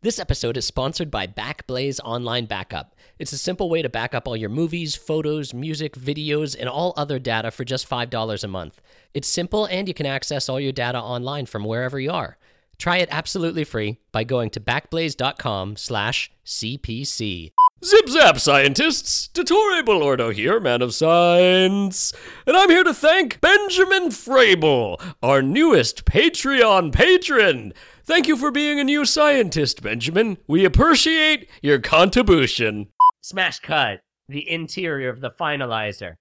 This episode is sponsored by Backblaze Online Backup. It's a simple way to back up all your movies, photos, music, videos, and all other data for just $5 a month. It's simple and you can access all your data online from wherever you are. Try it absolutely free by going to backblaze.com/cpc. Zip zap, scientists! Dottore Balordo here, man of science. And I'm here to thank Benjamin Frable, our newest Patreon patron. Thank you for being a new scientist, Benjamin. We appreciate your contribution. Smash cut. The interior of the finalizer.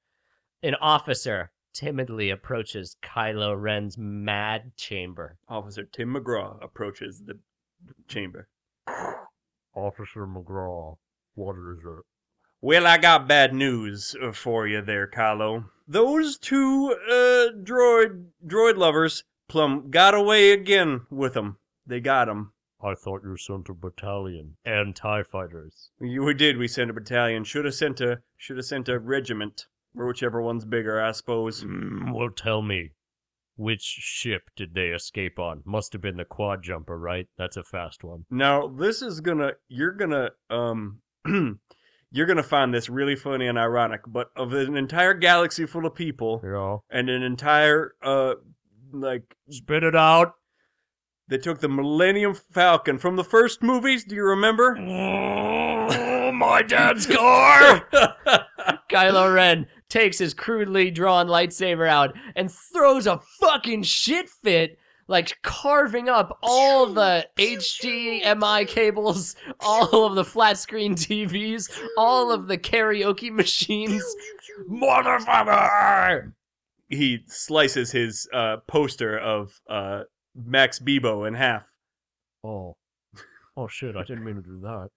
An officer timidly approaches Kylo Ren's mad chamber. Officer Tim McGraw approaches the chamber. Officer McGraw, what is it? Well, I got bad news uh, for you there, Kylo. Those two uh, droid droid lovers plum got away again with 'em. They got 'em. I thought you sent a battalion and TIE fighters. We we did. We sent a battalion. Should have sent a should have sent a regiment or whichever one's bigger, I suppose. Mm, well, tell me, which ship did they escape on? Must have been the quad jumper, right? That's a fast one. Now this is gonna you're gonna um you're gonna find this really funny and ironic, but of an entire galaxy full of people Yeah. and an entire uh like Spit it out. they took the Millennium Falcon from the first movies, do you remember? My dad's car. Kylo Ren takes his crudely drawn lightsaber out and throws a fucking shit fit, like carving up all the HDMI cables, all of the flat screen TVs, all of the karaoke machines. Motherfucker! he slices his uh poster of uh Max Bebo in half. oh. Oh shit! I didn't mean to do that.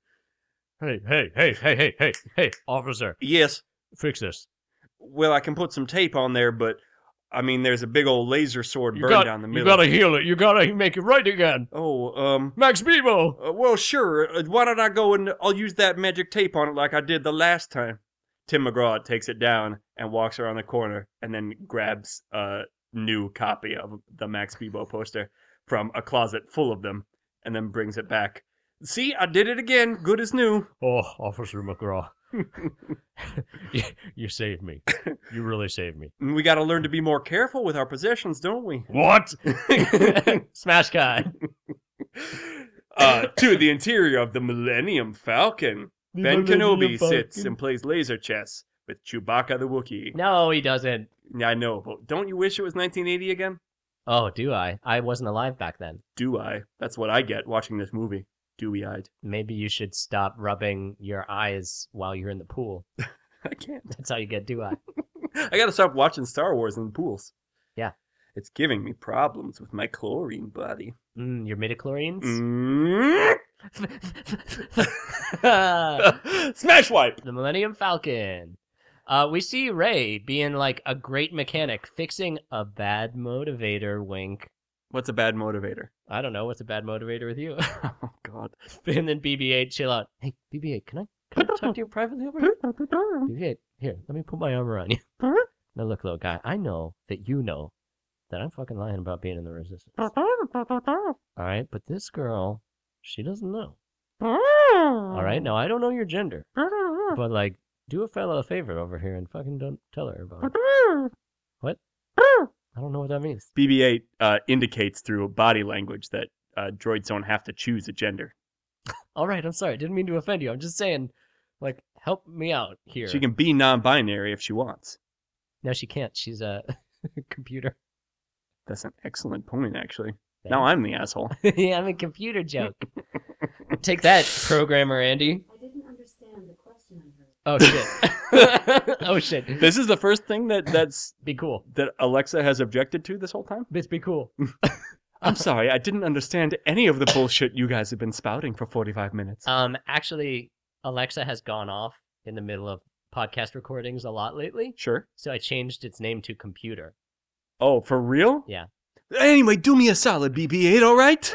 Hey, hey, hey, hey, hey, hey, hey, officer, Yes. fix this. Well, I can put some tape on there, but I mean there's a big old laser sword You burned got, down the you middle. gotta heal it. You gotta make it right again. Oh, um Max Bebo. Uh, well, sure. Uh, Why don't I go and I'll use that magic tape on it like I did the last time? Tim McGraw takes it down and walks around the corner and then grabs a new copy of the Max Bebo poster from a closet full of them and then brings it back. See, I did it again. Good as new. Oh, Officer McGraw. you, you saved me. You really saved me. And Mm, we got to learn to be more careful with our possessions, don't we? What? Smash cut. uh, to the interior of the Millennium Falcon, Ben Kenobi sits and plays laser chess with Chewbacca the Wookiee. No, he doesn't. Yeah, I know, but don't you wish it was 1980 again? Oh, do I? I wasn't alive back then. Do I? That's what I get watching this movie. Dewy eyed. Maybe you should stop rubbing your eyes while you're in the pool. I can't. That's how you get do I. I gotta stop watching Star Wars in pools. Yeah. It's giving me problems with my chlorine body. Mm, your midichlorians? Mm. Mm. the Smash wipe! Millennium Falcon. Uh, we see Ray being like a great mechanic, fixing a bad motivator. Wink. What's a bad motivator? I don't know what's a bad motivator with you. Oh, God. and then BB-8, chill out. Hey, BB-8, can I, can I talk to you privately over here? BB-8, here, let me put my arm around you. now look, little guy, I know that you know that I'm fucking lying about being in the resistance. All right, but this girl, she doesn't know. All right, now I don't know your gender, but like, do a fella a favor over here and fucking don't tell her about it. What? I don't know what that means. BB 8 uh, indicates through body language that uh, droids don't have to choose a gender. All right, I'm sorry, didn't mean to offend you. I'm just saying, like, help me out here. She can be non binary if she wants. No, she can't. She's a computer. That's an excellent point, actually. Now I'm the asshole. yeah, I'm a computer joke. Take that, programmer Andy. I didn't understand the question I heard. Oh shit. oh shit. This is the first thing that, that's, Be cool. that Alexa has objected to this whole time? Bitch, be cool. I'm sorry, I didn't understand any of the bullshit you guys have been spouting for 45 minutes. Um, actually, Alexa has gone off in the middle of podcast recordings a lot lately, sure. so I changed its name to computer. Oh, for real? Yeah. Anyway, do me a solid, BB-8, all right?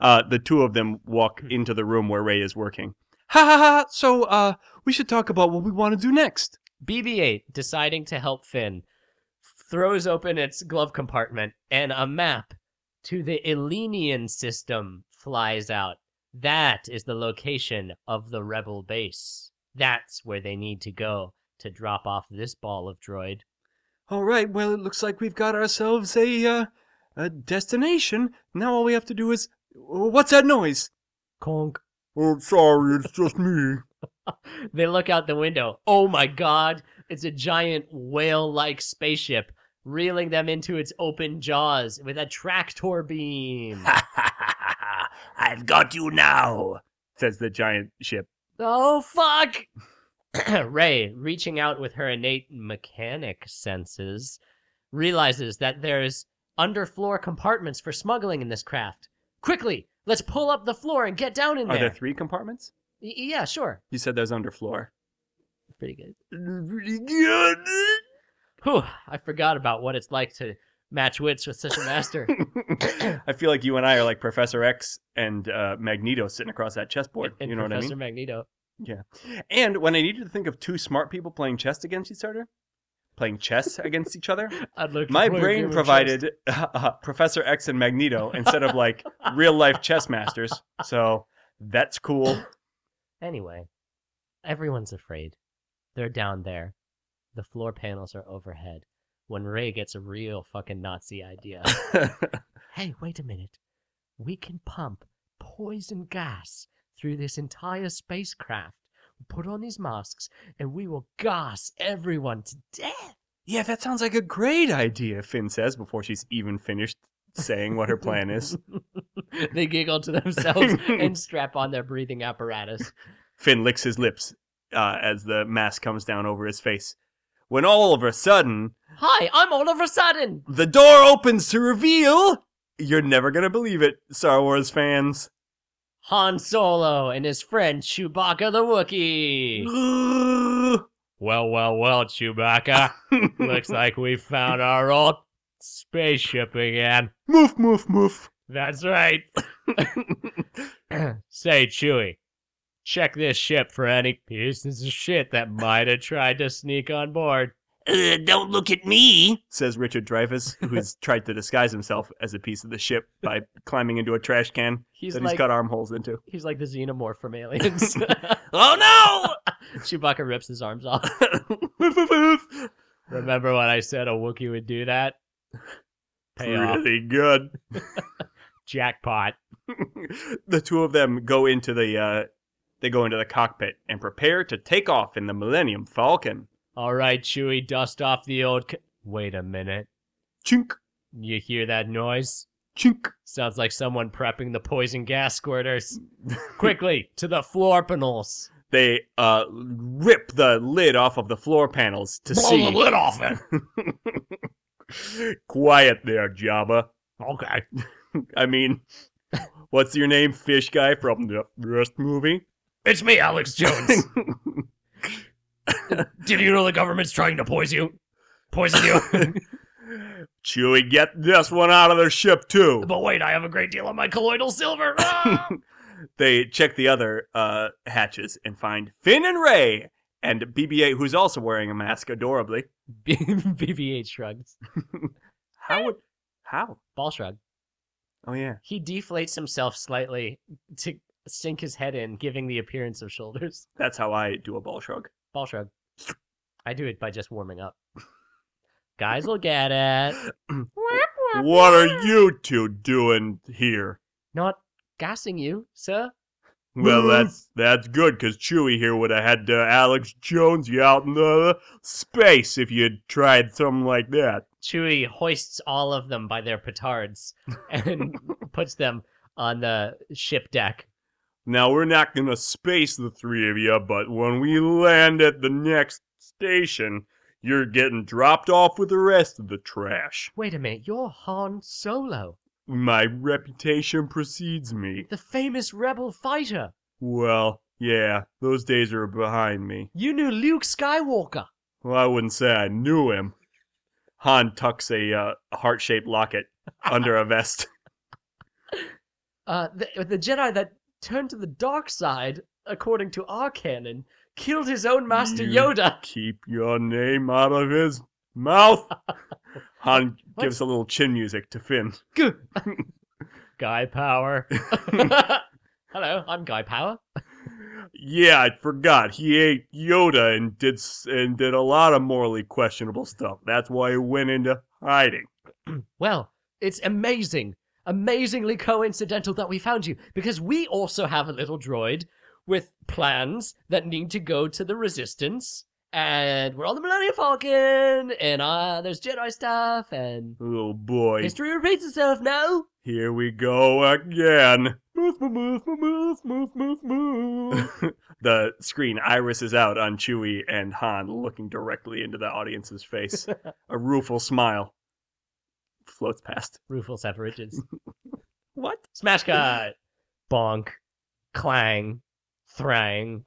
uh, the two of them walk Hmm. into the room where Ray is working. Ha ha ha! So, uh, we should talk about what we want to do next. BB-8 deciding to help Finn throws open its glove compartment and a map to the Elenian system flies out. That is the location of the rebel base. That's where they need to go to drop off this ball of droid. All right, well, it looks like we've got ourselves a uh, a destination. Now all we have to do is what's that noise? Conk. Oh, sorry, it's just me. They look out the window. Oh my god, it's a giant whale like spaceship reeling them into its open jaws with a tractor beam. I've got you now, says the giant ship. Oh fuck! Ray, reaching out with her innate mechanic senses, realizes that there's underfloor compartments for smuggling in this craft. Quickly, let's pull up the floor and get down in Are there there. three compartments? Y- yeah, sure. You said there's underfloor. Pretty good. Pretty good. Whew, I forgot about what it's like to match wits with such a master. I feel like you and I are like Professor X and uh, Magneto sitting across that chessboard. and you know Professor what I mean? Magneto. And when I needed to think of two smart people playing chess against each other, playing chess against each other, I'd look my for a game brain of provided uh, Professor X and Magneto instead of like real life chess masters. So that's cool. chess. Anyway, everyone's afraid. They're down there. The floor panels are overhead. When Ray gets a real fucking Nazi idea. hey, wait a minute. We can pump poison gas through this entire spacecraft. Put on these masks, and we will gas everyone to death. yeah, that sounds like a great idea, Finn says before she's even finished saying what her plan is. they giggle to themselves and strap on their breathing apparatus. Finn licks his lips uh, as the mask comes down over his face. When all of a sudden, Hi, I'm Oliver Sudden. the door opens to reveal. You're never going to believe it, Star Wars fans. Han Solo and his friend Chewbacca the Wookiee. Well, well, well, Chewbacca. Looks like we found our old spaceship again. Moof, moof, moof. That's right. Say, Chewie, check this ship for any pieces of shit that might have tried to sneak on board. Uh, don't look at me, says Richard Dreyfus, who has tried to disguise himself as a piece of the ship by climbing into a trash can He's that like he's got armholes into. he's like the xenomorph from Aliens. Oh Chewbacca rips his arms off. no! Woof, woof, woof. Remember when I said a Wookiee would do that? Payoff. Really good. Jackpot. the two of them go into the uh, they go into the cockpit and prepare to take off in the Millennium Falcon. All right, Chewie, dust off the old. C- Wait a minute. Chink, You hear that noise? chink. Sounds like someone prepping the poison gas squirters. Quickly, to the floor panels. They uh, rip the lid off of the floor panels to see the lid off it. Quiet there, Jabba. Okay. I mean, what's your name, fish guy from the first movie? It's me, Alex Jones. Did you know the government's trying to poison you? Poison you? Chewie, get this one out of the ship too. but wait, I have a great deal of my colloidal silver. Ah! they check the other uh, hatches and find Finn and Ray and BB-8, who's also wearing a mask, adorably. B- BB-8 shrugs. How would how? Ball shrug. Oh yeah, He deflates himself slightly to sink his head in, giving the appearance of shoulders. that's how I do a ball shrug. Ball shrug. I do it by just warming up. Guys will get it. What are you two doing here? Not gassing you, sir. Well, that's that's good because Chewie here would have had uh, Alex Jones you out in the space if you'd tried something like that. Chewie hoists all of them by their petards and puts them on the ship deck. Now we're not gonna space the three of you, but when we land at the next station, you're getting dropped off with the rest of the trash. Wait a minute, you're Han Solo, My reputation precedes me. the famous rebel fighter. Well, yeah, those days are behind me. You knew Luke Skywalker. Well, I wouldn't say I knew him. Han tucks a uh, heart-shaped locket under a vest. Uh, the, the Jedi that turned to the dark side, according to our canon, killed his own Master You- Yoda. Keep your name out of his mouth. Han What? gives a little chin music to Finn. Guy Power. Hello, I'm Guy Power. Yeah, I forgot. He ate Yoda and did s- and did a lot of morally questionable stuff. That's why he went into hiding. Well, it's amazing, amazingly coincidental that we found you because we also have a little droid with plans that need to go to the Resistance, and we're on the Millennium Falcon, and uh, there's Jedi stuff, and Oh boy. history repeats itself now. Here we go again. Move, move, move, move, move, move. the screen iris is out on Chewie and Han looking directly into the audience's face. a rueful smile floats past. Rueful separations. What? Smash cut. Bonk. Clang. Thrang.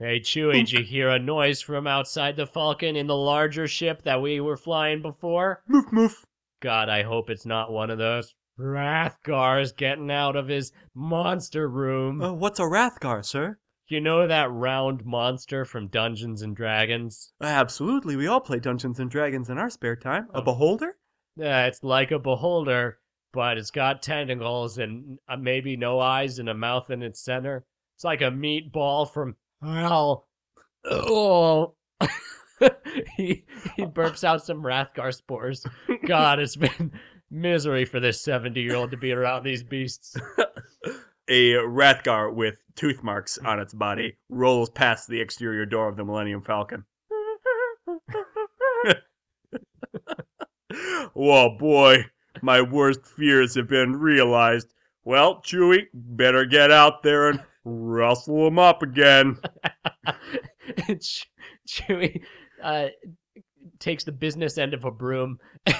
Hey, Chewie, did you hear a noise from outside the Falcon in the larger ship that we were flying before? Moof moof. God, I hope it's not one of those Rathgar's getting out of his monster room. Uh, what's a Rathgar, sir? You know that round monster from Dungeons and Dragons? Absolutely, we all play Dungeons and Dragons in our spare time. A beholder? Yeah, it's like a beholder, but it's got tentacles and uh, maybe no eyes and a mouth in its center. It's like a meatball from hell. Oh. he, he burps out some Rathgar spores. God, it's been misery for this 70 year old to be around these beasts. A Rathgar with tooth marks on its body rolls past the exterior door of the Millennium Falcon. Whoa, Oh, boy, my worst fears have been realized. Well, Chewie, better get out there and rustle 'em up again. Che- Chewie uh, takes the business end of a broom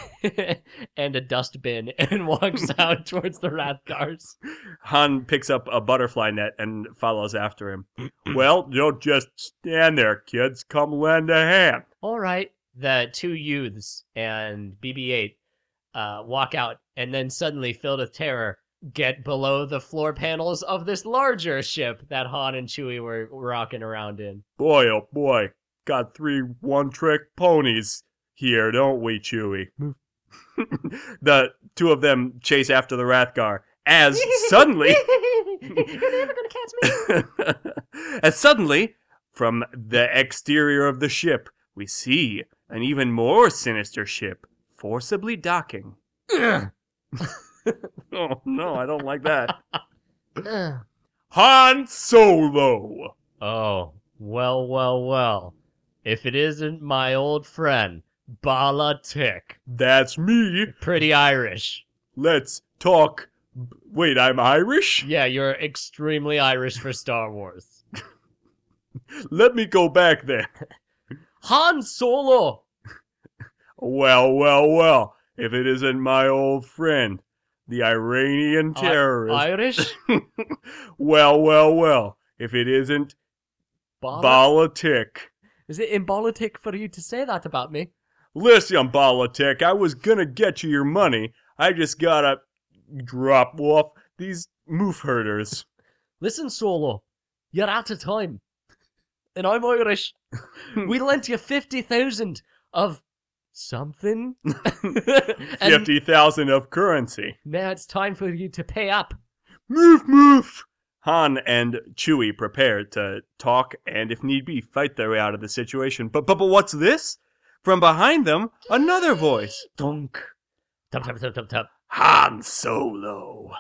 and a dustbin and walks out towards the Rathgars. Han picks up a butterfly net and follows after him. well, don't just stand there, kids. Come lend a hand. All right, the two youths and BB-8 uh, walk out, and then suddenly, filled with terror, get below the floor panels of this larger ship that Han and Chewie were rocking around in. Boy, oh boy, got three one trick ponies here, don't we, Chewie? the two of them chase after the Rathgar as suddenly. You're never gonna catch me. as suddenly, from the exterior of the ship, we see an even more sinister ship forcibly docking. oh no, I don't like that. Ugh. Han Solo! Oh, well, well, well. If it isn't my old friend, Bala Tick, That's me. pretty Irish. Let's talk. Wait, I'm Irish? Yeah, you're extremely Irish for Star Wars. Let me go back there. Han Solo! Well, well, well. If it isn't my old friend, the Iranian I- terrorist. Irish? well, well, well. If it isn't Bala- Balatik. Is it imbolitic for you to say that about me? Listen, Balatik, I was gonna get you your money. I just gotta drop off these moof herders. Listen, Solo, you're out of time. And I'm Irish. we lent you 50,000 of something. and 50,000 of currency. now it's time for you to pay up. Moof, moof! Han and Chewie prepare to talk and, if need be, fight their way out of the situation. But, but, but what's this? From behind them, another voice. Dunk. Tup, tup, tup, tup, tup. Han Solo.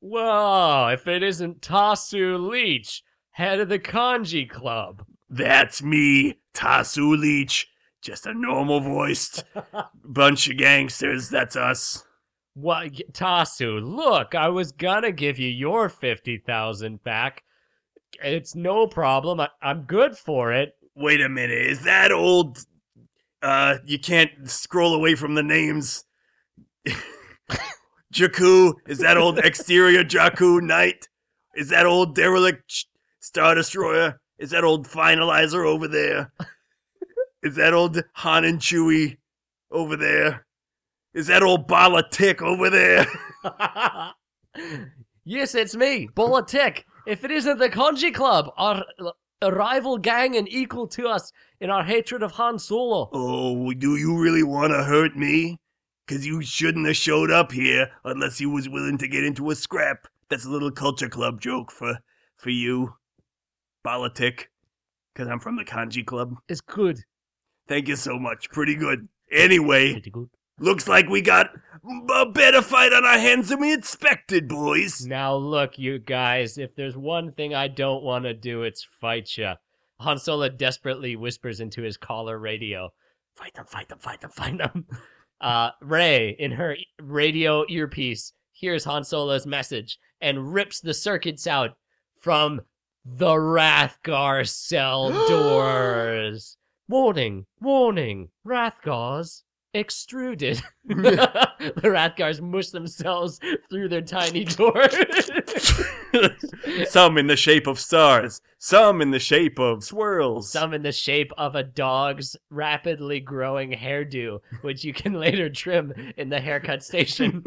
Whoa, if it isn't Tasu Leech, head of the Kanji Club. That's me, Tasu Leech. Just a normal voiced bunch of gangsters. That's us. What, y- Tasu, look, I was gonna give you your 50,000 back. It's no problem. I, I'm good for it. Wait a minute. Is that old? Uh, you can't scroll away from the names. Jakku. Is that old exterior Jakku Knight? Is that old derelict Ch- Star Destroyer? Is that old finalizer over there? Is that old Han and Chewie over there? Is that old Bala Tick over there? yes, it's me, Bola Tick. If it isn't the Kanji Club, our a rival gang and equal to us in our hatred of Han Solo. Oh, do you really want to hurt me? Because you shouldn't have showed up here unless you was willing to get into a scrap. That's a little culture club joke for for you. Politic. Because I'm from the kanji club. It's good. Thank you so much. Pretty good. Anyway, Pretty good. looks like we got a better fight on our hands than we expected, boys. Now look, you guys, if there's one thing I don't want to do, it's fight ya. Han Solo desperately whispers into his collar radio, "Fight them! Fight them! Fight them! Fight them!" Uh, Rey, in her radio earpiece, hears Han Solo's message and rips the circuits out from the Rathgar cell doors. Warning! Warning! Rathgars extruded. the Rathgars mush themselves through their tiny door. Some in the shape of stars, some in the shape of swirls. Some in the shape of a dog's rapidly growing hairdo, which you can later trim in the haircut station.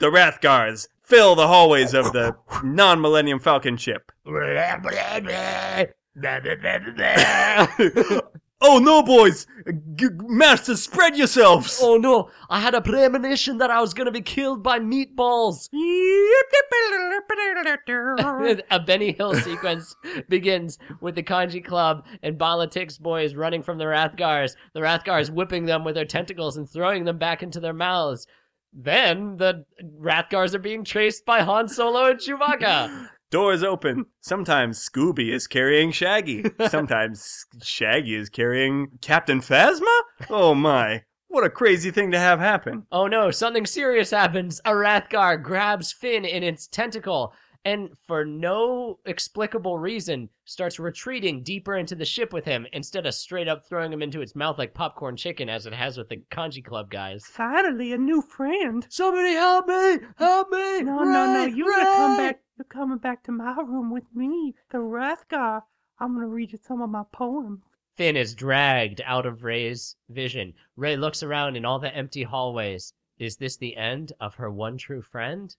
The Rathgars fill the hallways of the non Millennium Falcon ship. oh no, boys! G- Master, spread yourselves! oh no, I had a premonition that I was going to be killed by meatballs. a Benny Hill sequence begins with the Kanji Club and Balatix boys running from the Rathgars, the Rathgars whipping them with their tentacles and throwing them back into their mouths. Then the Rathgars are being chased by Han Solo and Chewbacca. Doors open. Sometimes Scooby is carrying Shaggy. Sometimes Shaggy is carrying Captain Phasma? Oh my. What a crazy thing to have happen. Oh no, something serious happens. A Rathgar grabs Finn in its tentacle and, for no explicable reason, starts retreating deeper into the ship with him instead of straight up throwing him into its mouth like popcorn chicken as it has with the Kanji Club guys. Finally, a new friend. Somebody help me! Help me! No, no, no. You're gonna come back. You're coming back to my room with me, the Rathgar. I'm gonna read you some of my poems. Finn is dragged out of Ray's vision. Ray looks around in all the empty hallways. Is this the end of her one true friend?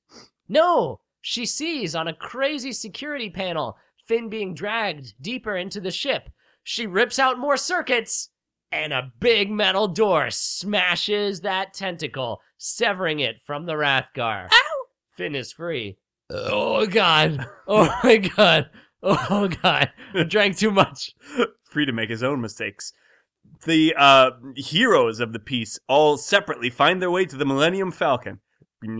No! She sees on a crazy security panel Finn being dragged deeper into the ship. She rips out more circuits, and a big metal door smashes that tentacle, severing it from the Rathgar. Ow! Finn is free. Oh god! Oh my god! Oh god! I drank too much. Free to make his own mistakes. The uh, heroes of the piece all separately find their way to the Millennium Falcon.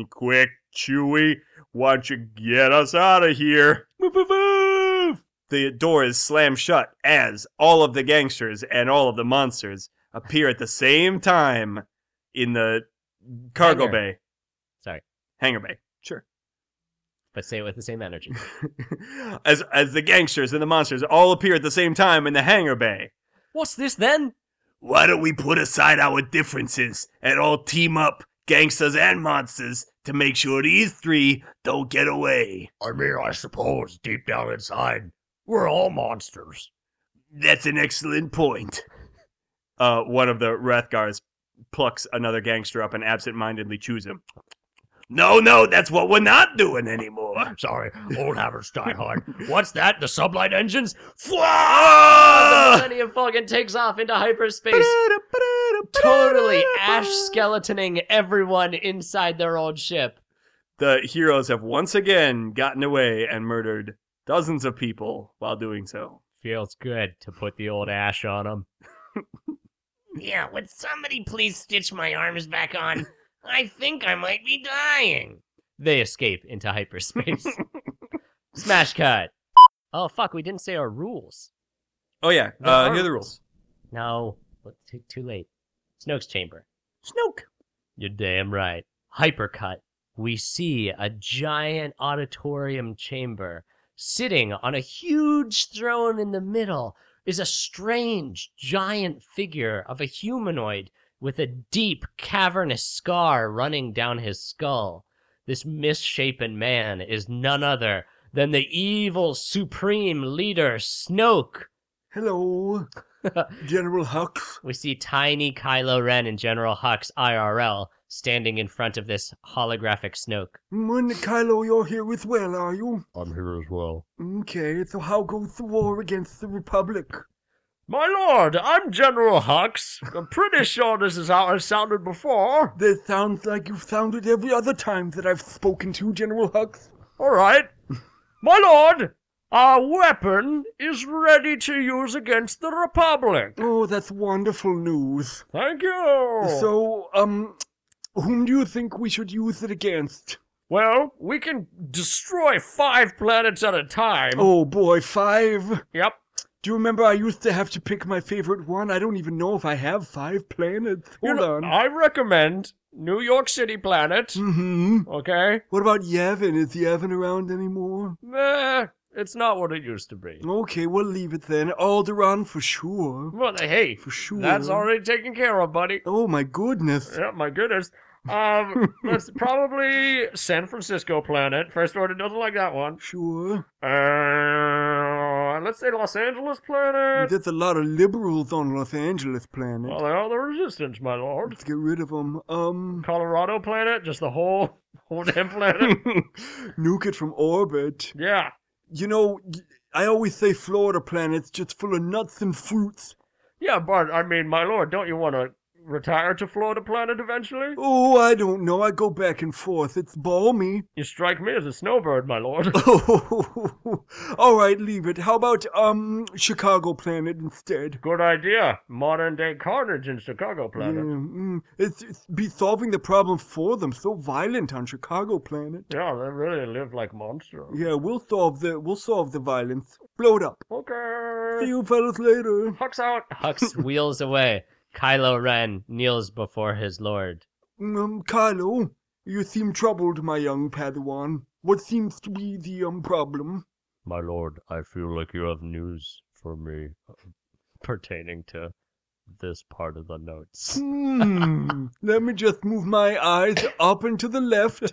Quick, Chewie, why don't you get us out of here? Woof, woof, woof. The door is slammed shut as all of the gangsters and all of the monsters appear at the same time in the cargo Hangar. bay. Sorry. Hangar bay. Sure. But say it with the same energy. as as the gangsters and the monsters all appear at the same time in the hangar bay. What's this then? Why don't we put aside our differences and all team up, gangsters and monsters, to make sure these three don't get away? I mean, I suppose deep down inside, we're all monsters. That's an excellent point. Uh, one of the Rathgars plucks another gangster up and absentmindedly chews him. No, no, that's what we're not doing anymore. Sorry, old habits die hard. What's that? The sublight engines? The Fly! Millennium Falcon takes off into hyperspace, totally ash skeletoning everyone inside their old ship. The heroes have once again gotten away and murdered dozens of people while doing so. Feels good to put the old ash on them. Yeah, would somebody please stitch my arms back on? I think I might be dying. They escape into hyperspace. Smash cut. Oh fuck, we didn't say our rules. Oh yeah, There uh, are here are the rules. No, but too, too late. Snoke's chamber. Snoke. You're damn right. Hypercut. We see a giant auditorium chamber. Sitting on a huge throne in the middle is a strange, giant figure of a humanoid with a deep, cavernous scar running down his skull. This misshapen man is none other than the evil supreme leader, Snoke. Hello, General Hux. We see tiny Kylo Ren and General Hux IRL standing in front of this holographic Snoke. Mm, Mun Kylo, you're here as well, are you? I'm here as well. Okay, so how goes the war against the Republic? My lord, I'm General Hux. I'm pretty sure this is how it sounded before. That sounds like you've sounded every other time that I've spoken to General Hux. All right. My lord, our weapon is ready to use against the Republic. Oh, that's wonderful news. Thank you. So, um, whom do you think we should use it against? well, we can destroy five planets at a time. Oh boy, five. Yep. Do you remember I used to have to pick my favorite one? I don't even know if I have five planets. You Hold know, on. I recommend New York City planet. mm-hmm. Okay? What about Yevon? Is Yevon around anymore? Eh, it's not what it used to be. Okay, we'll leave it then. Alderaan for sure. Well, hey, For sure. that's already taken care of, buddy. Oh my goodness. Yeah, my goodness. Um, let's probably San Francisco planet. First order doesn't like that one. Sure. Uh, let's say Los Angeles planet. There's a lot of liberals on Los Angeles planet. Well, uh, they are the resistance, my lord. Let's get rid of them. Um, Colorado planet, just the whole, whole damn planet. nuke it from orbit. yeah. You know, I always say Florida planet's just full of nuts and fruits. Yeah, but I mean, my lord, don't you want to retire to Florida planet eventually? Oh, I don't know. I go back and forth. It's balmy. You strike me as a snowbird, my lord. All right, leave it. How about um Chicago planet instead? Good idea. Modern day carnage in Chicago Yeah, planet. mm, it's, it's be solving the problem for them. So violent on Chicago planet. Yeah, they really live like monsters. Yeah, we'll solve the we'll solve the violence. Blow it up. See Okay. you fellas later. Huck's out. Hux wheels away. Kylo Ren kneels before his lord. Um, Carlo, you seem troubled, my young Padawan. What seems to be the um problem? My lord, I feel like you have news for me uh, pertaining to this part of the notes. Hmm. Let me just move my eyes up and to the left,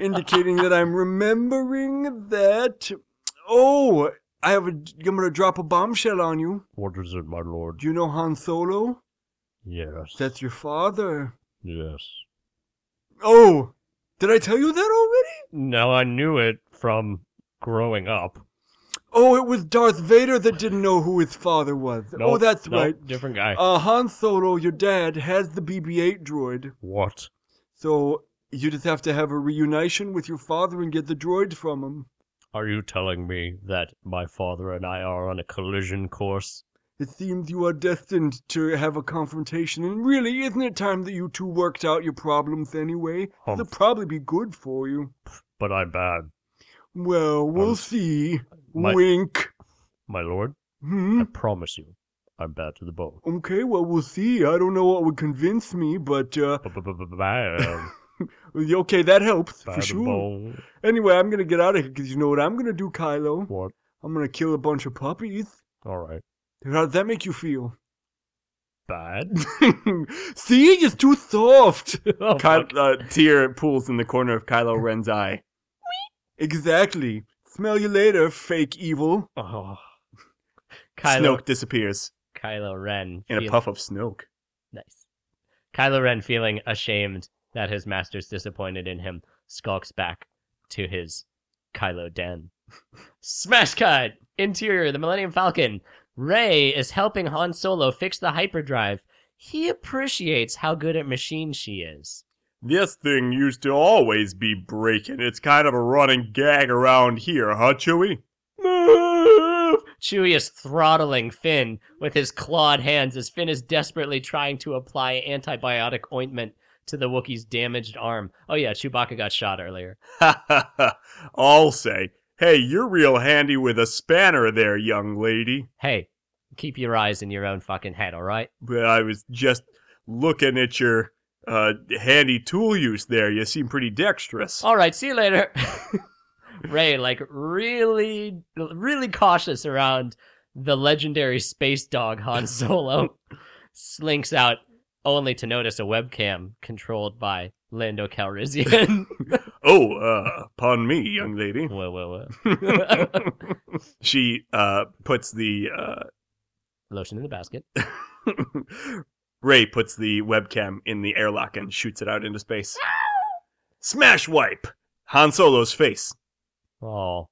indicating that I'm remembering that. Oh, I have a. I'm gonna drop a bombshell on you. What is it, my lord? Do you know Han Solo? Yes. That's your father. Yes. Oh, did I tell you that already? No, I knew it from growing up. Oh, it was Darth Vader that didn't know who his father was. No, oh, that's no, right. Different guy. Uh, Han Solo, your dad has the BB-8 droid, what? so you just have to have a reunion with your father and get the droid from him. Are you telling me that my father and I are on a collision course? It seems you are destined to have a confrontation, and really, isn't it time that you two worked out your problems anyway? Humph. They'll probably be good for you. But I'm bad, Well, we'll Um, see. my- Wink. my lord. Hmm. I promise you, I'm bad to the bone. Okay, well, we'll see. I don't know what would convince me, but, uh, Bad okay, that helps, by for the sure. bone. Anyway, I'm gonna get out of here, because you know what I'm gonna do, Kylo? What? I'm gonna kill a bunch of puppies. All right. How does that make you feel? Bad. See, it's too soft. Oh, Ky- uh, tear pools in the corner of Kylo Ren's eye. exactly. Smell you later, fake evil. Oh. Snoke Kylo, disappears Kylo Ren. in a feel- puff of Snoke. Nice. Kylo Ren, feeling ashamed that his master's disappointed in him, skulks back to his Kylo den. Smash cut! Interior, the Millennium Falcon. Rey is helping Han Solo fix the hyperdrive. He appreciates how good at machine she is. This thing used to always be breaking. It's kind of a running gag around here, huh, Chewie? Move! Chewie is throttling Finn with his clawed hands as Finn is desperately trying to apply antibiotic ointment to the Wookiee's damaged arm. Oh yeah, Chewbacca got shot earlier. Ha ha ha. I'll say, hey, you're real handy with a spanner there, young lady. hey, keep your eyes in your own fucking head, all right? But I was just looking at your uh, handy tool use there. You seem pretty dexterous. All right, see you later. Ray, like, really, really cautious around the legendary space dog Han Solo, slinks out only to notice a webcam controlled by Lando Calrissian. Oh, uh, upon me, young lady. whoa, whoa, whoa. She uh, puts the uh, Lotion in the basket. Ray puts the webcam in the airlock and shoots it out into space. Smash wipe Han Solo's face. Oh.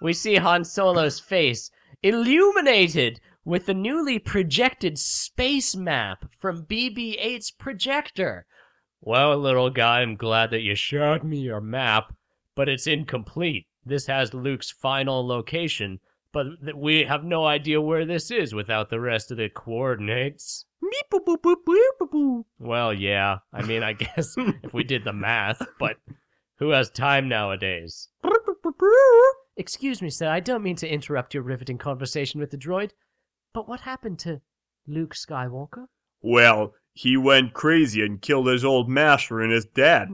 we see Han Solo's face illuminated with the newly projected space map from BB 8's projector. Well, little guy, I'm glad that you showed me your map, but it's incomplete. This has Luke's final location, but th- we have no idea where this is without the rest of the coordinates. Meep boop boop boop boop boop boop. Well, yeah. I mean, I guess if we did the math, but who has time nowadays? Brr, brr, brr, brr. Excuse me, sir, I don't mean to interrupt your riveting conversation with the droid, but what happened to Luke Skywalker? Well, he went crazy and killed his old master and his dad.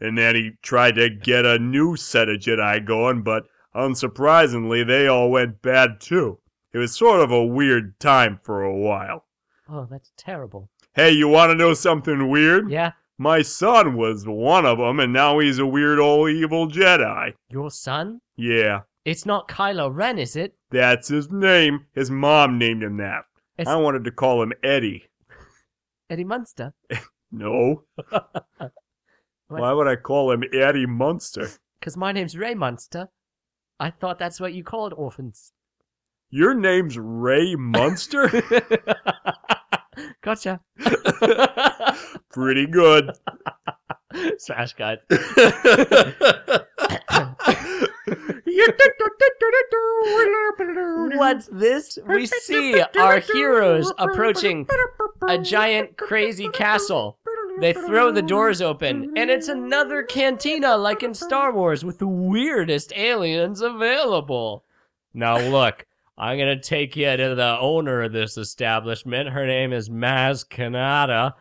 And then he tried to get a new set of Jedi going, but unsurprisingly, they all went bad too. It was sort of a weird time for a while. Oh, that's terrible. Hey, you want to know something weird? Yeah, My son was one of them, and now he's a weird old evil Jedi. your son? Yeah, It's not Kylo Ren, is it? that's his name. His mom named him that. It's- I wanted to call him Eddie. Eddie Munster? No. Why would I call him Eddie Munster? Because my name's Ray Munster. I thought that's what you called orphans. Your name's Ray Munster? Gotcha. Pretty good. Smash guy. What's this? We see our heroes approaching a giant crazy castle. They throw the doors open, and it's another cantina like in Star Wars with the weirdest aliens available. Now, look, I'm going to take you to the owner of this establishment. Her name is Maz Kanata.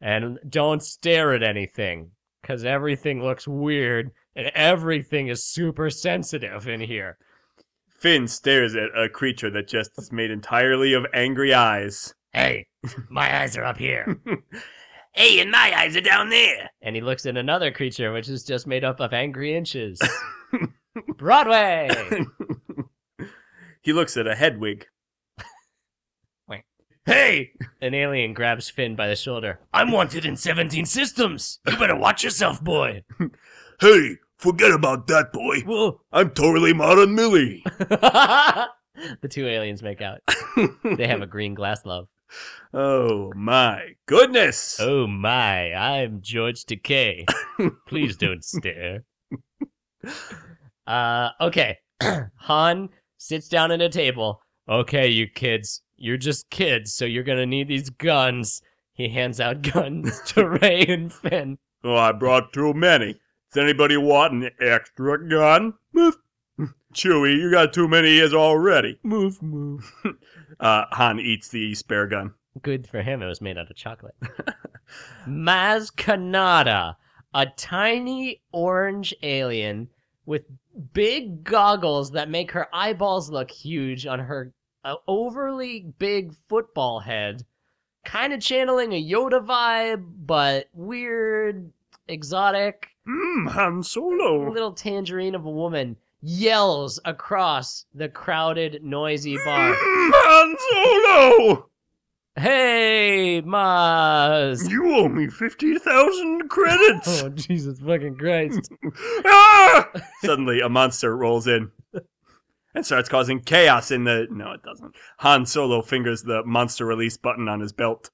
And don't stare at anything, because everything looks weird and everything is super sensitive in here. Finn stares at a creature that just is made entirely of angry eyes. Hey, my eyes are up here. hey, and my eyes are down there. And he looks at another creature, which is just made up of angry inches. Broadway! He looks at a Hedwig. hey! An alien grabs Finn by the shoulder. I'm wanted in 17 systems. You better watch yourself, boy. Hey, forget about that, boy. Whoa! I'm totally modern Millie. the two aliens make out. They have a green glass love. Oh my goodness! Oh my, I'm George Takei. Please don't stare. Uh, okay. Han sits down at a table. Okay, you kids. You're just kids, so you're gonna need these guns. He hands out guns to Ray and Finn. Oh, I brought too many. Does anybody want an extra gun? Muff. Chewie, you got too many ears already. Move, move. Uh, Han eats the spare gun. Good for him, it was made out of chocolate. Maz Kanata, a tiny orange alien with big goggles that make her eyeballs look huge on her uh, overly big football head. Kind of channeling a Yoda vibe, but weird, exotic, Mmm, Han Solo. little tangerine of a woman yells across the crowded, noisy bar. Mm, Han Solo! Hey, Maz! You owe me 50,000 credits. Oh, Jesus fucking Christ. ah! Suddenly, a monster rolls in and starts causing chaos in the. No, it doesn't. Han Solo fingers the monster release button on his belt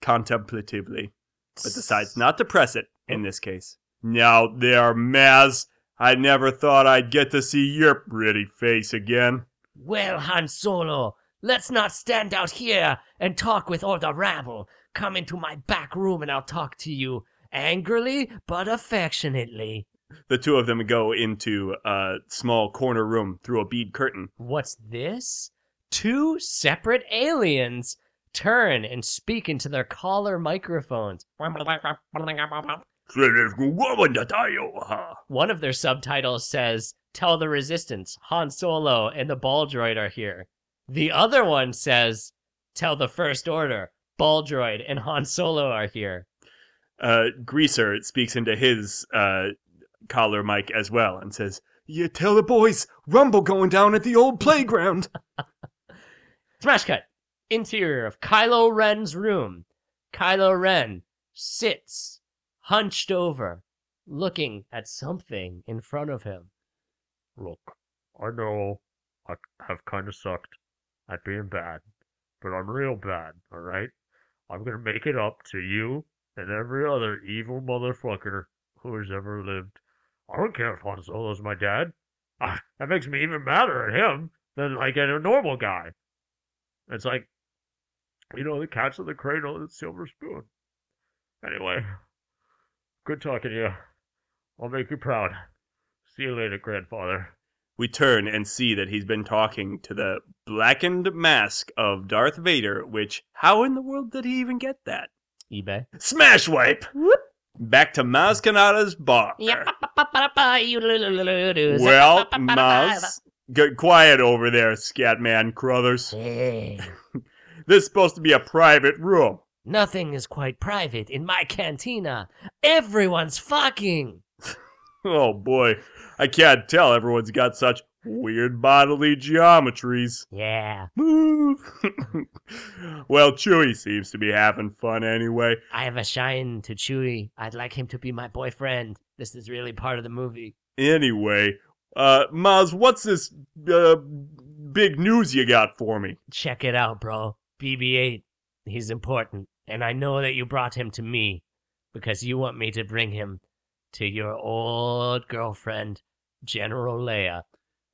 contemplatively, but decides not to press it in this case. Now there, Maz. I never thought I'd get to see your pretty face again. Well, Han Solo, let's not stand out here and talk with all the rabble. Come into my back room and I'll talk to you angrily but affectionately. The two of them go into a small corner room through a bead curtain. What's this? Two separate aliens turn and speak into their collar microphones. One of their subtitles says, Tell the Resistance, Han Solo and the Ball Droid are here. The other one says, Tell the First Order, Ball Droid and Han Solo are here. Uh, Greaser speaks into his uh, collar mic as well and says, You tell the boys, Rumble going down at the old playground. Smash cut. Interior of Kylo Ren's room. Kylo Ren sits hunched over, looking at something in front of him. Look, I know I have kind of sucked at being bad, but I'm real bad, alright? I'm gonna make it up to you and every other evil motherfucker who has ever lived. I don't care if Han Solo's my dad. Ah, that makes me even madder at him than like at a normal guy. It's like, you know, the cat's in the cradle and the silver spoon. Anyway, good talking to you. I'll make you proud. See you later, grandfather. We turn and see that he's been talking to the blackened mask of Darth Vader, which, how in the world did he even get that? eBay. Smash wipe! Back to Maz Kanata's bar. Well, Maz, get quiet over there, Scatman Crothers. Hey, This is supposed to be a private room. nothing is quite private in my cantina. Everyone's fucking. Oh boy, I can't tell. Everyone's got such weird bodily geometries. Yeah, Move. well, Chewie seems to be having fun anyway. I have a shine to Chewie. I'd like him to be my boyfriend. This is really part of the movie. Anyway, uh, Maz, what's this uh, big news you got for me? Check it out, bro. BB 8. He's important. And I know that you brought him to me because you want me to bring him to your old girlfriend, General Leia.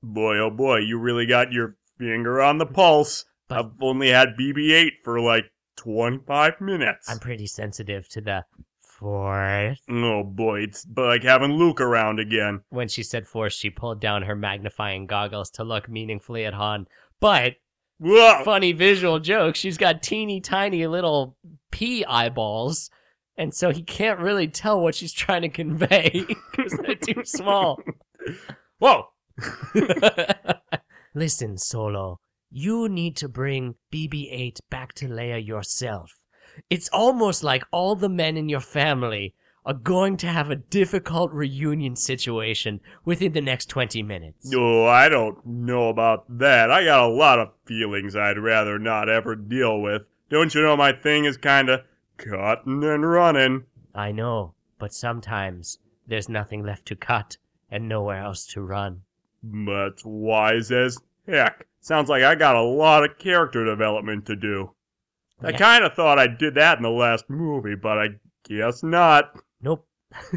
Boy, oh boy, you really got your finger on the pulse. But- I've only had BB-8 for like 25 minutes. I'm pretty sensitive to the force. Oh boy, it's like having Luke around again. When she said force, she pulled down her magnifying goggles to look meaningfully at Han. But Oh. Whoa! funny visual joke, she's got teeny tiny little pea eyeballs, and so he can't really tell what she's trying to convey because they're too small. Whoa! Listen, Solo, you need to bring BB 8 back to Leia yourself. It's almost like all the men in your family are going to have a difficult reunion situation within the next 20 minutes. No, I don't know about that. I got a lot of feelings I'd rather not ever deal with. Don't you know my thing is kinda cutting and running? I know, but sometimes there's nothing left to cut and nowhere else to run. But wise as heck. Sounds like I got a lot of character development to do. I Yeah. kinda thought I did that in the last movie, but I guess not. Nope.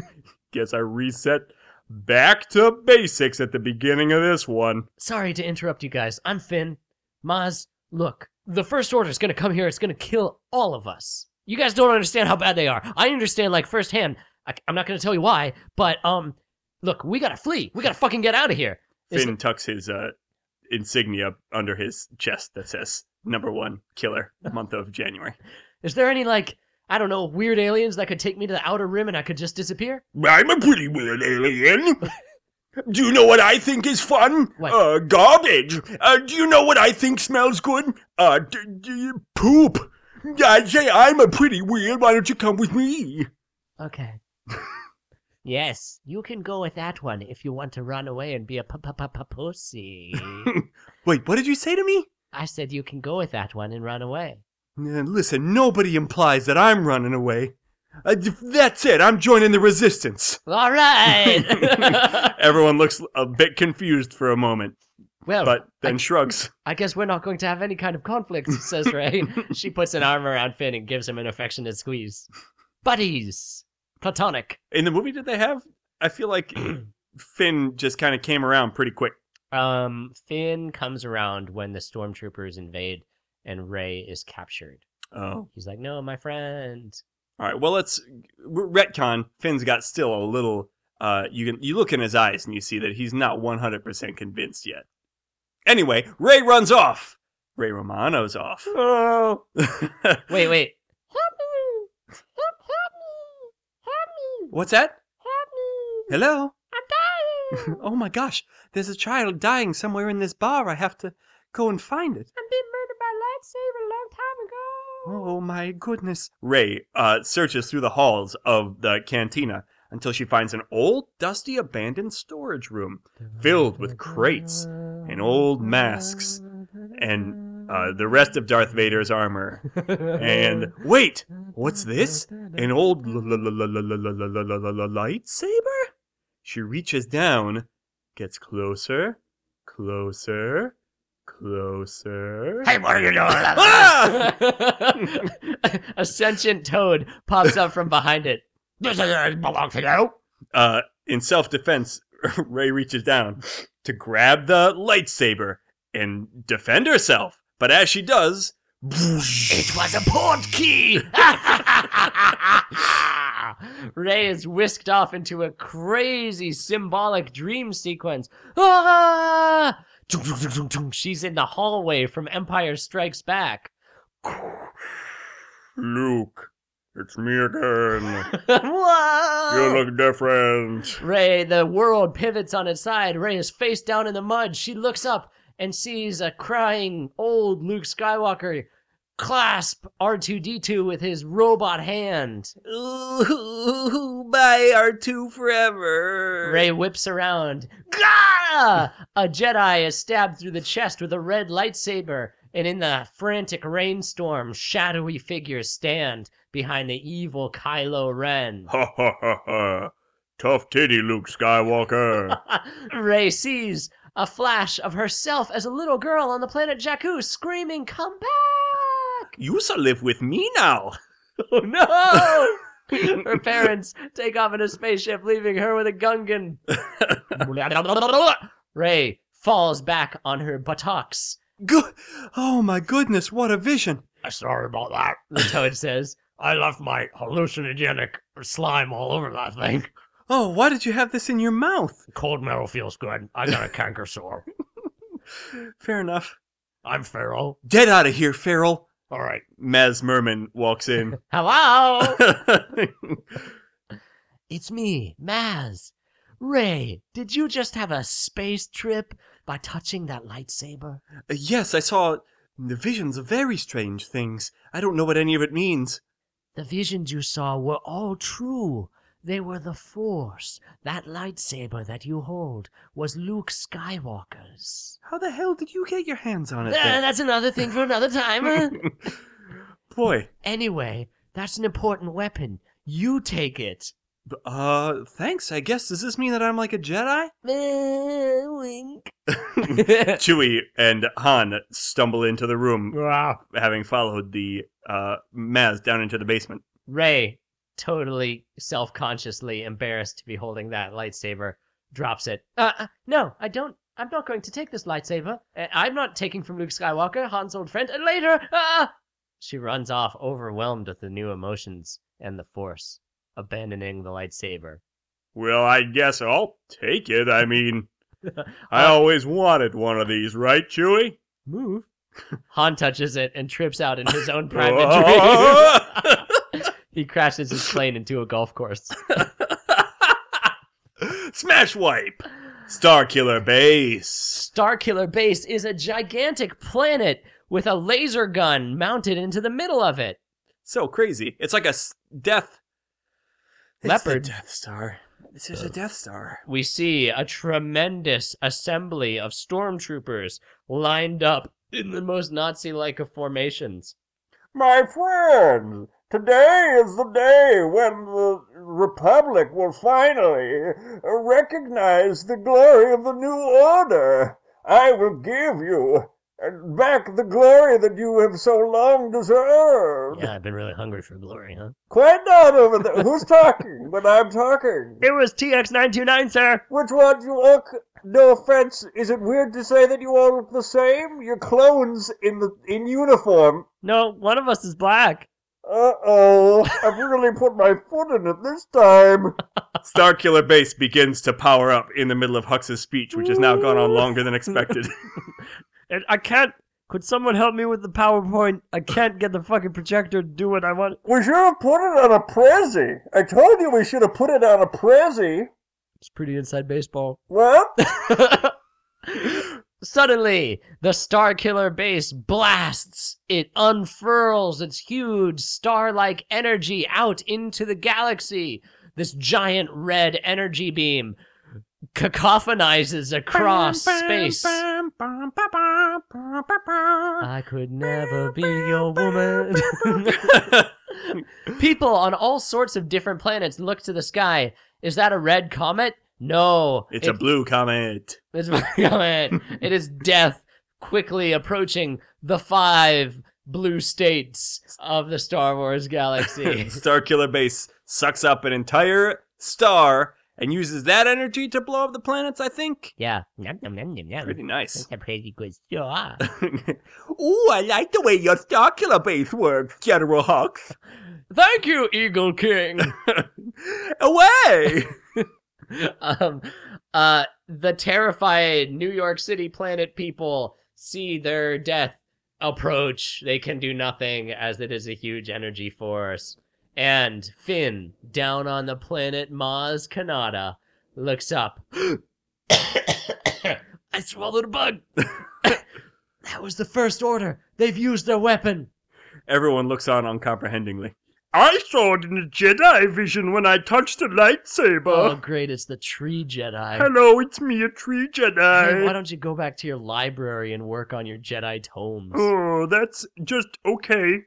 Guess I reset back to basics at the beginning of this one. Sorry to interrupt you guys. I'm Finn. Maz, look, the First Order is going to come here. It's going to kill all of us. You guys don't understand how bad they are. I understand, like, firsthand. I, am not going to tell you why, but, um, look, we got to flee. We got to fucking get out of here. Is- Finn tucks his uh, insignia under his chest that says number one killer month of January. Is there any, like, I don't know, weird aliens that could take me to the outer rim and I could just disappear? I'm a pretty weird alien. Do you know what I think is fun? What? Uh, garbage. Uh, do you know what I think smells good? Uh, d- d- poop. I say I'm a pretty weird. Why don't you come with me? Okay. yes, you can go with that one if you want to run away and be a pussy. Wait, what did you say to me? I said you can go with that one and run away. Uh, Listen, nobody implies that I'm running away. Uh, d- that's it. I'm joining the resistance. All right. Everyone looks a bit confused for a moment, Oh, Well, but then shrugs. I guess we're not going to have any kind of conflict, says Ray. she puts an arm around Finn and gives him an affectionate squeeze. Buddies! Platonic. In the movie, did they have? I feel like Finn just kind of came around pretty quick. Um, Finn comes around when the stormtroopers invade and Ray is captured. Oh. He's like, no, my friend. All right. Well, let's retcon. Finn's got still a little. Uh, you can you look in his eyes and you see that he's not 100% convinced yet. Anyway, Ray runs off. Ray Romano's off. Oh. Wait, wait. What's that? Hello. I'm dying. oh my gosh! There's a child dying somewhere in this bar. I have to go and find it. I'm being murdered by lightsaber a long time ago. Oh my goodness. Ray uh, searches through the halls of the cantina until she finds an old, dusty, abandoned storage room filled with crates and old masks and uh, the rest of Darth Vader's armor. And wait, what's this? An old l- l- l- l- l- l- l- l- l- l- l- l- lightsaber? She reaches down, gets closer, closer, Closer. Hey, what are you doing? Ah! a sentient toad pops up from behind it. this doesn't belong to you. Uh, in self defense, Ray reaches down to grab the lightsaber and defend herself. But as she does, It was a portkey. Ray is whisked off into a crazy symbolic dream sequence. Ah! Tung, tung, tung, tung, tung. She's in the hallway from Empire Strikes Back. Luke, it's me again. Whoa! look different. Ray, the world pivots on its side. Ray is face down in the mud. She looks up and sees a crying old Luke Skywalker clasp R2D2 with his robot hand. Ooh, bye R2 forever. Ray whips around. Gah! A Jedi is stabbed through the chest with a red lightsaber, and in the frantic rainstorm, shadowy figures stand behind the evil Kylo Ren. Ha ha ha ha. Tough titty, Luke Skywalker. Ray sees a flash of herself as a little girl on the planet Jakku screaming, Come back! you shall live with me now. Oh no! her parents take off in a spaceship, leaving her with a Gungan. Ray falls back on her buttocks. Good. Oh my goodness, what a vision. Sorry about that. The toad says, I left my hallucinogenic slime all over that thing. Oh, why did you have this in your mouth? Cold metal feels good. I got a canker sore. Fair enough. I'm feral. Get out of here, Feral. All right. Maz Merman walks in. Hello! it's me, Maz. Ray, did you just have a space trip by touching that lightsaber? Uh, yes, I saw the visions of very strange things. I don't know what any of it means. The visions you saw were all true. They were the Force. That lightsaber that you hold was Luke Skywalker's. How the hell did you get your hands on Uh, it? then? that's another thing for another time. huh? Boy, anyway, that's an important weapon. You take it. B- Uh, thanks. I guess does this mean that I'm like a Jedi? Uh, wink. Chewie and Han stumble into the room, Ah, having followed the uh, Maz down into the basement. Ray, totally self consciously embarrassed to be holding that lightsaber, drops it. Uh, uh, no, I don't. I'm not going to take this lightsaber. Uh, I'm not taking from Luke Skywalker, Han's old friend. And later, ah! She runs off, overwhelmed with the new emotions and the force, abandoning the lightsaber. Well, I guess I'll take it. I mean, I always wanted one of these, right, Chewie? Move. Han touches it and trips out in his own private Oh! dream. he crashes his plane into a golf course. Smash wipe. Star Killer Base. Starkiller Base is a gigantic planet with a laser gun mounted into the middle of it. So crazy. It's like a s- death. Leopard. It's the Death Star. This is a Death Star. We see a tremendous assembly of stormtroopers lined up in the most Nazi like of formations. My friends, today is the day when the Republic will finally recognize the glory of the new order. I will give you uh, back the glory that you have so long deserved. Yeah, I've been really hungry for glory, huh? Quiet down over there. Who's talking? But I'm talking. It was TX929, sir! Which one do you look? No offense. Is it weird to say that you all look the same? You're clones in the in uniform. No, one of us is black. Uh oh. I've really put my foot in it this time. Star Killer Base begins to power up in the middle of Hux's speech, which has now gone on longer than expected. And I can't. Could someone help me with the PowerPoint? I can't get the fucking projector to do what I want. We should have put it on a prezi. I told you we should have put it on a prezi. It's pretty inside baseball. What? Suddenly, the Star Killer base blasts. It unfurls its huge star like energy out into the galaxy. This giant red energy beam cacophonizes across space. I could never be your woman. People on all sorts of different planets look to the sky. Is that a red comet? No. it's a It- blue comet. it's my comment. It is death quickly approaching the five blue states of the Star Wars galaxy. Star Killer Base sucks up an entire star and uses that energy to blow up the planets, I think. yeah. Yum, yum, yum, yum, yum. Pretty nice. That's a pretty good star. Ooh, I like the way your Star Killer Base works, General Hawks. Thank you, Eagle King. Away! um, uh, the terrified New York City planet people see their death approach. They can do nothing as it is a huge energy force. And Finn, down on the planet Maz Kanata, looks up. I swallowed a bug. that was the first order. They've used their weapon. Everyone looks on uncomprehendingly. I saw it in the Jedi vision when I touched the lightsaber. Oh, great. It's the tree Jedi. Hello, it's me, a tree Jedi. Hey, why don't you go back to your library and work on your Jedi tomes? Oh, that's just okay.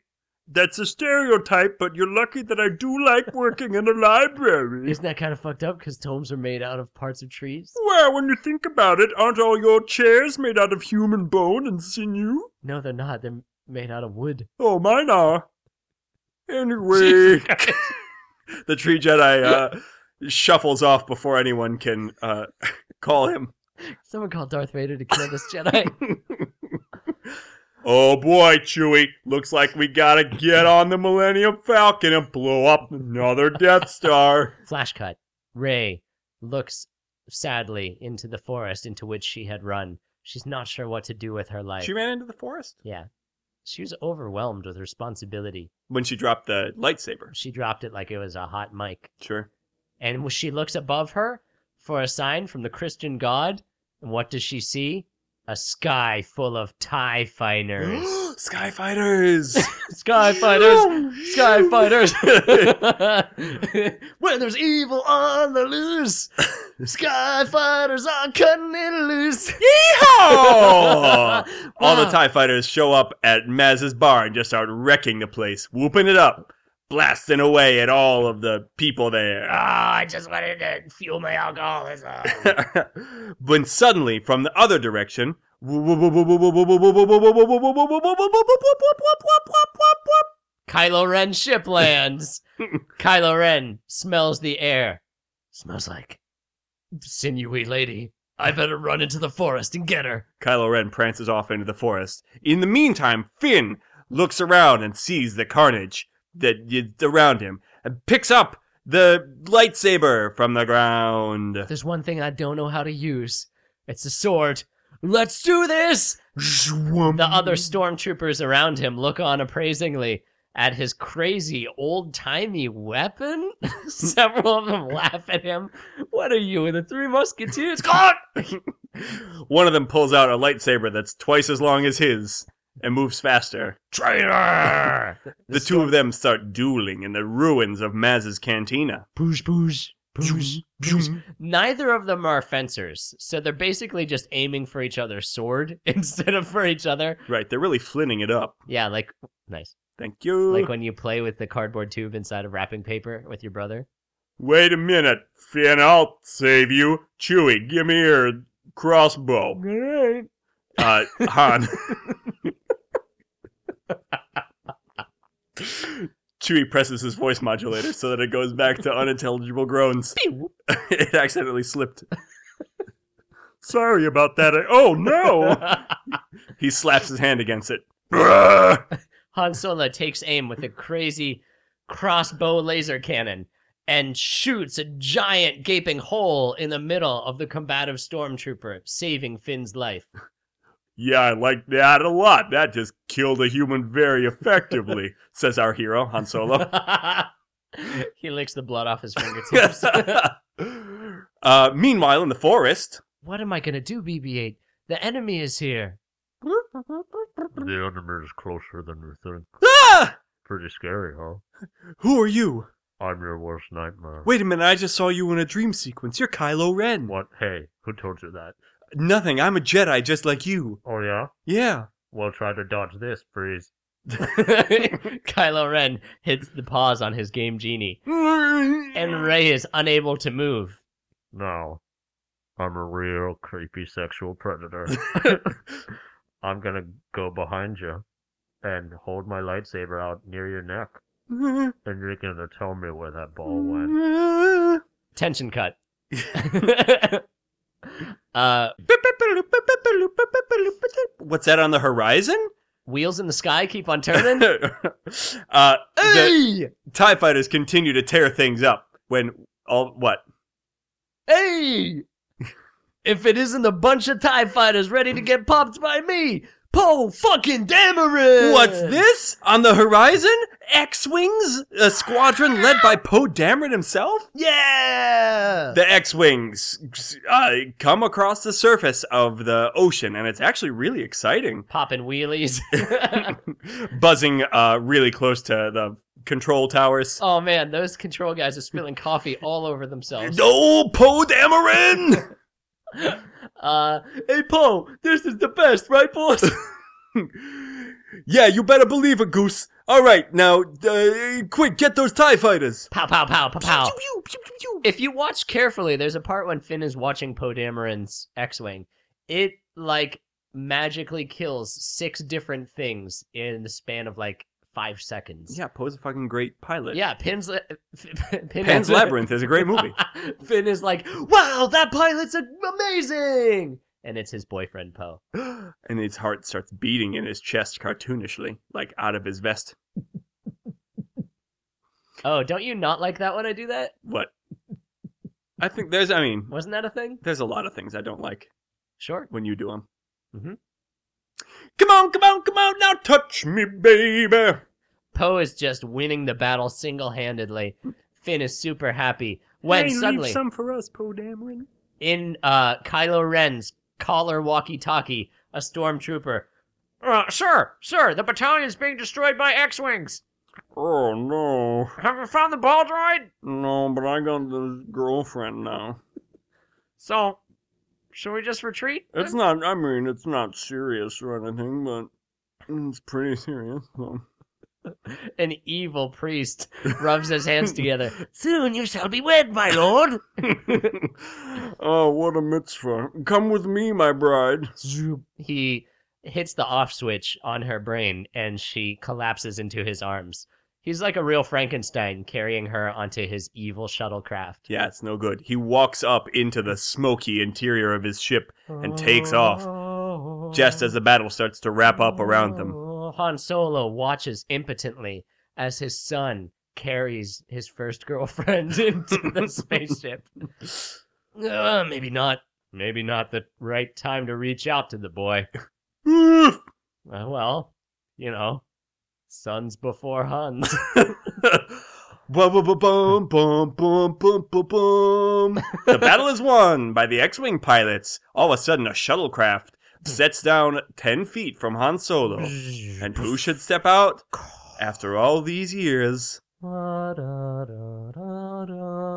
That's a stereotype, but you're lucky that I do like working in a library. Isn't that kind of fucked up? Because tomes are made out of parts of trees. Well, when you think about it, aren't all your chairs made out of human bone and sinew? No, they're not. They're made out of wood. Oh, mine are. Anyway, the tree Jedi uh, shuffles off before anyone can uh, call him. Someone called Darth Vader to kill this Jedi. Oh boy, Chewie, looks like we gotta get on the Millennium Falcon and blow up another Death Star. Flash cut. Ray looks sadly into the forest into which she had run. She's not sure what to do with her life. She ran into the forest yeah. She was overwhelmed with responsibility. when she dropped the lightsaber. She dropped it like it was a hot mic. Sure. And when she looks above her for a sign from the Christian God. And what does she see? A sky full of TIE fighters. Sky fighters. Sky fighters, sky fighters. Oh, when there's evil on the loose, sky fighters are cutting it loose. Yeehaw! All the Wow. TIE fighters show up at Maz's bar and just start wrecking the place, whooping it up, blasting away at all of the people there. Ah, I just wanted to fuel my alcoholism. when suddenly, from the other direction, Kylo Kylo Ren ship lands. Kylo Ren smells the air. Smells like sinewy lady. I better run into the forest and get her. Ren prances off into the forest. In the meantime, Finn looks around and sees the carnage that is around him and picks up the lightsaber from the ground. There's one thing I don't know how to use. It's a sword. Let's do this! The other stormtroopers around him look on appraisingly at his crazy old timey weapon. Several of them laugh at him. What are you, the Three Musketeers? God! One of them pulls out a lightsaber that's twice as long as his and moves faster. Traitor! The two of them start dueling in the ruins of Maz's cantina. Boosh, boosh, boosh, boosh. Neither of them are fencers, so they're basically just aiming for each other's sword instead of for each other. Right, they're really flinning it up. Yeah, like, nice. Thank you. Like when you play with the cardboard tube inside of wrapping paper with your brother. Wait a minute, Finn, I'll save you. Chewie, give me your crossbow. uh, Han. Chewie presses his voice modulator so that it goes back to unintelligible groans. it accidentally slipped. Sorry about that. I- oh no! He slaps his hand against it. Han Solo takes aim with a crazy crossbow laser cannon and shoots a giant gaping hole in the middle of the combative stormtrooper, saving Finn's life. yeah, I like that a lot. That just killed a human very effectively. Says our hero, Han Solo. he licks the blood off his fingertips. uh, meanwhile, in the forest, what am I going to do, BB 8? The enemy is here. the enemy is closer than we think. ah! Pretty scary, huh? Who are you? I'm your worst nightmare. Wait a minute, I just saw you in a dream sequence. You're Kylo Ren. What? Hey, who told you that? Nothing, I'm a Jedi just like you. Oh yeah. Yeah. Well, try to dodge this, Breeze. Kylo Ren hits the pause on his game genie, and Rey is unable to move. No, I'm a real creepy sexual predator. I'm gonna go behind you and hold my lightsaber out near your neck, and you're gonna tell me where that ball went. Tension cut. Uh, What's that on the horizon? wheels in the sky keep on turning. uh, the TIE fighters continue to tear things up when all what? Hey! If it isn't a bunch of TIE fighters ready to get popped by me, Poe fucking Dameron! What's this? On the horizon? X Wings? A squadron led by Poe Dameron himself? Yeah! The X Wings uh, come across the surface of the ocean, and it's actually really exciting. Popping wheelies. Buzzing uh, really close to the control towers. oh man, those control guys are spilling coffee all over themselves. No, Poe Dameron! Uh, hey Poe, this is the best, right, boss? yeah, you better believe it, Goose. All right, now, uh, quick, get those TIE fighters. pow, pow, pow, pow, pow. if you watch carefully, there's a part when Finn is watching Poe Dameron's X-wing. It like magically kills six different things in the span of like five seconds. Yeah, Poe's a fucking great pilot. Yeah, Pin's la- Pin- Pan's Labyrinth is a great movie. Finn is like, "Wow, that pilot's a- amazing!" And it's his boyfriend Poe. and his heart starts beating in his chest cartoonishly, like out of his vest. Oh, don't you not like that when I do that? What? I think there's, I mean, Wasn't that a thing? there's a lot of things I don't like Sure. when you do them. Mhm. Come on, come on, come on, now touch me, baby. Poe is just winning the battle single-handedly. Finn is super happy when suddenly some for us, Poe Dameron. in uh, Kylo Ren's collar walkie-talkie, a stormtrooper. Uh, sir, sir, the battalion's being destroyed by X-wings. Oh no, Have you found the ball droid? no, but I got this girlfriend now. So, should we just retreat? It's not, I mean, it's not serious or anything, but it's pretty serious. So. An evil priest rubs his hands together. Soon you shall be wed, my lord. oh, what a mitzvah. Come with me, my bride. Zoop. he hits the off switch on her brain and she collapses into his arms. He's like a real Frankenstein carrying her onto his evil shuttlecraft. Yeah, it's no good. He walks up into the smoky interior of his ship and takes off just as the battle starts to wrap up around them. Han Solo watches impotently as his son carries his first girlfriend into the spaceship. Uh, maybe not. Maybe not the right time to reach out to the boy. Uh, well, you know, sons before Huns. Bum, bum, bum, bum, bum, bum, bum, bum, bum. the battle is won by the X-wing pilots. All of a sudden, a shuttlecraft sets down ten feet from Han Solo, and who should step out? After all these years,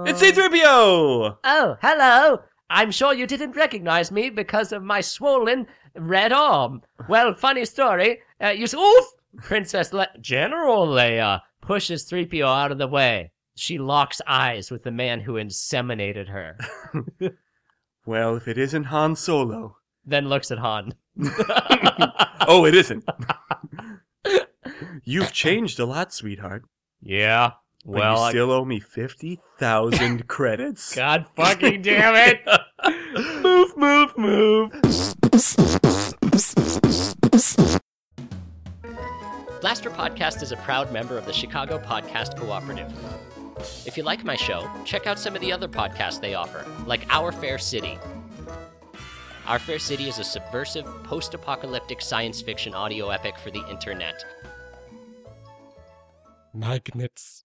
it's C-3PO. Oh, hello! I'm sure you didn't recognize me because of my swollen red arm. Well, funny story. Uh, you s- oof! Princess Le- General Leia pushes 3PO out of the way. She locks eyes with the man who inseminated her, Well, if it isn't Han Solo, then looks at Han. oh, it isn't. You've changed a lot, sweetheart. Yeah. But Well, you I- still owe me fifty thousand credits. God fucking damn it. move, move, move. Blaster Podcast is a proud member of the Chicago Podcast Cooperative. If you like my show, check out some of the other podcasts they offer, like Our Fair City. Our Fair City is a subversive, post apocalyptic science fiction audio epic for the internet. Magnets.